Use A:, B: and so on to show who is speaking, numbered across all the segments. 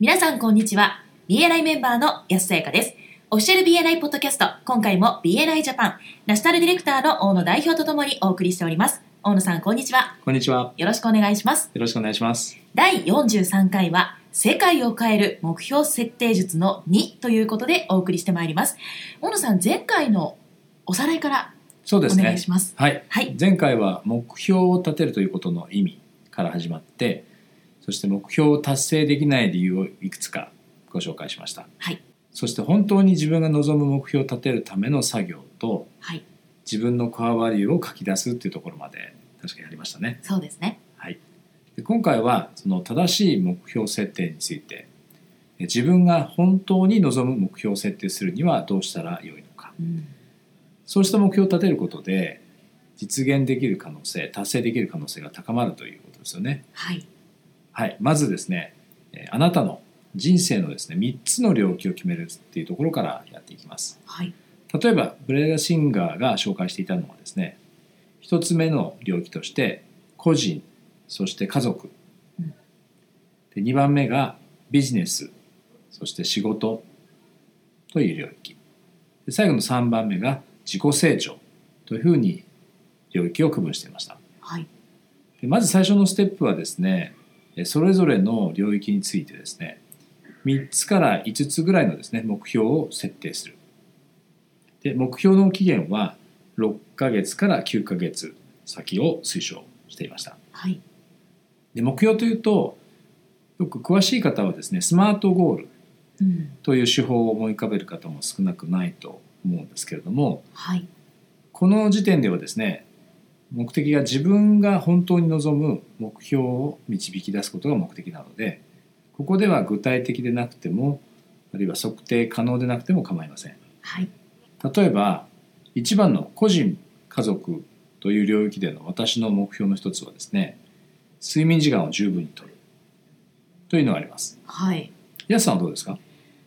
A: 皆さんこんにちは。BNI メンバーの安さやかです。オフィシャル BNI ポッドキャスト、今回も BNI ジャパン、ナショナルディレクターの大野代表とともにお送りしております。大野さんこんにちは。
B: こんにちは。
A: よろしくお願いします。
B: よろしくお願いします。
A: 第43回は世界を変える目標設定術の2ということでお送りしてまいります。大野さん、前回のおさらいから
B: そう
A: お
B: です
A: 願
B: ね
A: い。します。
B: はい。
A: はい。
B: 前回は目標を立てるということの意味から始まって、そして目標を達成できない理由をいくつかご紹介しました。
A: はい。
B: そして本当に自分が望む目標を立てるための作業と
A: はい。
B: 自分のコアバリューを書き出すっていうところまで確かやりましたね。
A: そうですね。
B: で今回はその正しい目標設定についてえ自分が本当に望む目標を設定するにはどうしたらよいのか
A: うん。
B: そうした目標を立てることで実現できる可能性達成できる可能性が高まるということですよね。
A: はい。
B: はい、まずですねえーあなたの人生のですね3つの領域を決めるっていうところからやっていきます。
A: はい。
B: 例えばブレーダーシンガーが紹介していたのはですね1つ目の領域として個人そして家族
A: うん
B: で2番目がビジネスそして仕事という領域で最後の3番目が自己成長というふうに領域を区分していました
A: はい。
B: でまず最初のステップはですねえそれぞれの領域についてですね3つから5つぐらいのですね目標を設定するで目標の期限は6ヶ月から9ヶ月先を推奨していました
A: はい。
B: で目標というとよく詳しい方はですねスマートゴール
A: うん。
B: という手法を思い浮かべる方も少なくないと思うんですけれども
A: はい。
B: この時点ではですね目的が自分が本当に望む目標を導き出すことが目的なのでここでは具体的でなくてもあるいは測定可能でなくても構いません
A: はい。
B: 例えば1番の個人家族という領域での私の目標の一つはですね睡眠時間を十分にとるというのがあります
A: はい。
B: やすさんはどうですか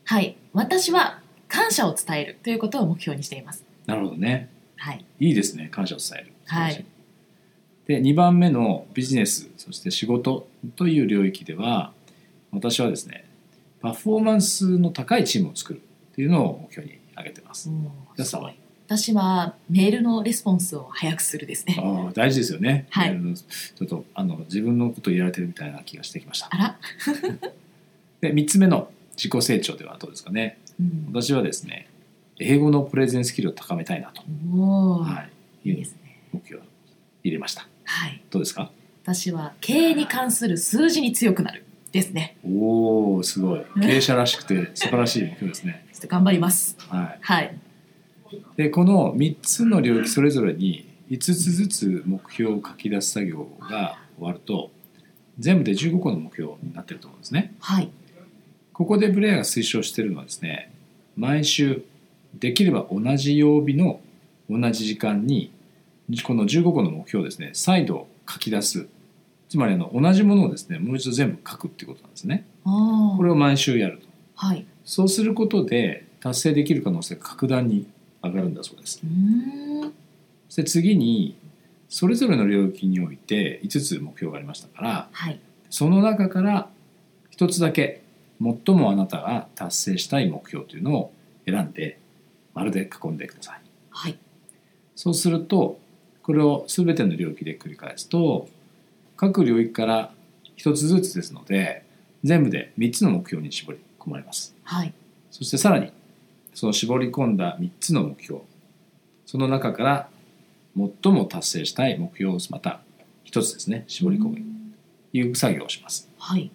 A: はい。私は感謝を伝えるということを目標にしています。
B: なるほどね
A: はい。
B: いいですね感謝を伝える
A: はい
B: 素晴らしで2番目のビジネスそして仕事という領域では私はですねパフォーマンスの高いチームを作るっていうのを目標に挙げてます
A: うん
B: やすさんは
A: 私はメールのレスポンスを早くするですね。
B: ああ大事ですよね、
A: はい
B: あのちょっとあの自分のことを言われてるみたいな気がしてきました
A: あら、
B: で3つ目の自己成長ではどうですかね
A: うん、
B: 私はですね英語のプレゼンスキルを高めたいなと、
A: おお、
B: は
A: い、
B: い、い
A: いで
B: う
A: すね。
B: 目標を入れました
A: はい。
B: どうですか
A: 私は経営に関する数字に強くなるですね。
B: おおすごい経営者らしくて素晴らしい目標ですね、
A: ちょっと頑張ります。
B: はい、
A: はい。
B: でこの3つの領域それぞれに5つずつ目標を書き出す作業が終わると全部で15個の目標になってると思うんですね
A: はい。
B: ここでブレアが推奨してるのはですね毎週できれば同じ曜日の同じ時間にこの15個の目標をですね再度書き出すつまりあの同じものをですねもう一度全部書くっていうことなんですね
A: あ
B: これを毎週やると
A: あ。はい。
B: そうすることで達成できる可能性が格段に上がるんだそうです
A: うーん。
B: そして次にそれぞれの領域において5つ目標がありましたから
A: はい。
B: その中から1つだけ最もあなたが達成したい目標というのを選んで丸で囲んでください
A: はい。
B: そうするとこれを全ての領域で繰り返すと各領域から1つずつですので全部で3つの目標に絞り込まれます
A: はい。
B: そしてさらにその絞り込んだ3つの目標その中から最も達成したい目標をまた1つですね絞り込むという作業をします
A: はい。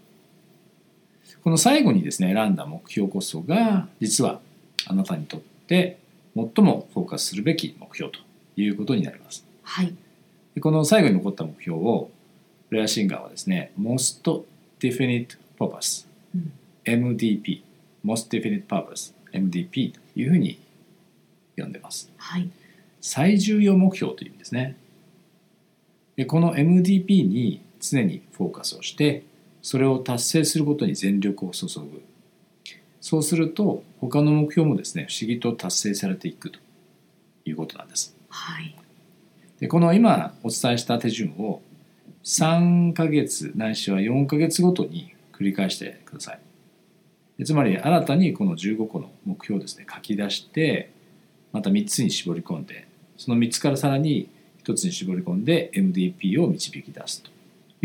B: この最後にですね選んだ目標こそが実はあなたにとって最もフォーカスするべき目標ということになります
A: はい。
B: でこの最後に残った目標をプレイヤーシンガーはですね Most Definite Purpose
A: うん
B: MDP Most Definite Purpose MDP というふうに呼んでます
A: はい。
B: 最重要目標という意味ですねでこの MDP に常にフォーカスをしてそれを達成することに全力を注ぐそうすると他の目標もですね不思議と達成されていくということなんです
A: はい。
B: でこの今お伝えした手順を3ヶ月ないしは4ヶ月ごとに繰り返してくださいでつまり新たにこの15個の目標をですね書き出してまた3つに絞り込んでその3つからさらに1つに絞り込んで MDP を導き出すと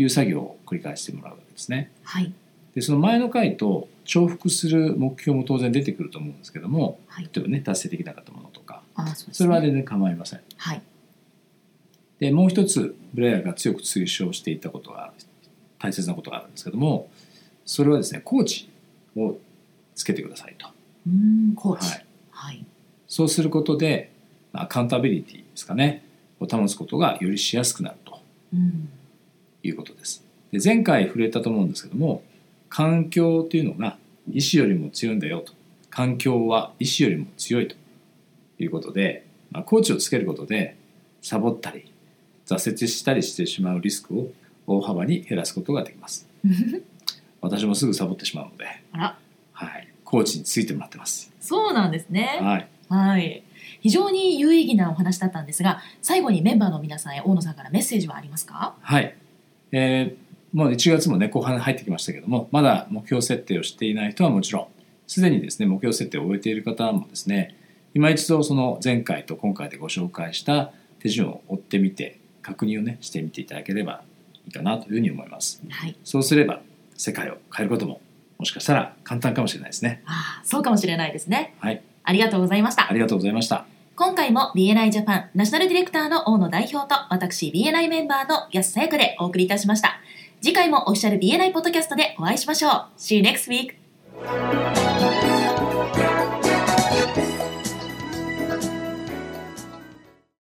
B: いう作業を繰り返してもらうわけですね。
A: はい
B: でその前の回と重複する目標も当然出てくると思うんですけども
A: はい
B: 例えばね達成できなかったものとか
A: あーそうです、ね、
B: それは全然構いません。
A: はい
B: でもう一つブレアが強く推奨していたことが大切なことがあるんですけどもそれはですねコーチをつけてくださいと、
A: うーんコーチ
B: はい、
A: はい
B: そうすることでまあアカウンタビリティですかねを保つことがよりしやすくなると
A: うん
B: いうことですで前回触れたと思うんですけども環境というのが意志よりも強いんだよと環境は意志よりも強いということで、まあ、コーチをつけることでサボったり挫折したりしてしまうリスクを大幅に減らすことができます私もすぐサボってしまうので、
A: あら
B: はい、コーチについてもらってます、
A: そうなんですね
B: はい、
A: はい非常に有意義なお話だったんですが最後にメンバーの皆さんへ大野さんからメッセージはありますか
B: はい。えーもう1月もね、後半入ってきましたけども、まだ目標設定をしていない人はもちろん、すでにですね、目標設定を終えている方もですね、今一度その前回と今回でご紹介した手順を追ってみて、確認をね、してみていただければいいかなというふうに思います。
A: はい
B: そうすれば、世界を変えることも、もしかしたら簡単かもしれないですね。
A: あーそうかもしれないですね
B: はい。
A: ありがとうございました
B: ありがとうございました。
A: 今回も BNI ジャパンナショナルディレクターの大野代表と私 BNI メンバーの安さやかでお送りいたしました。次回もオフィシャル BNI ポッドキャストでお会いしましょう。See you next week!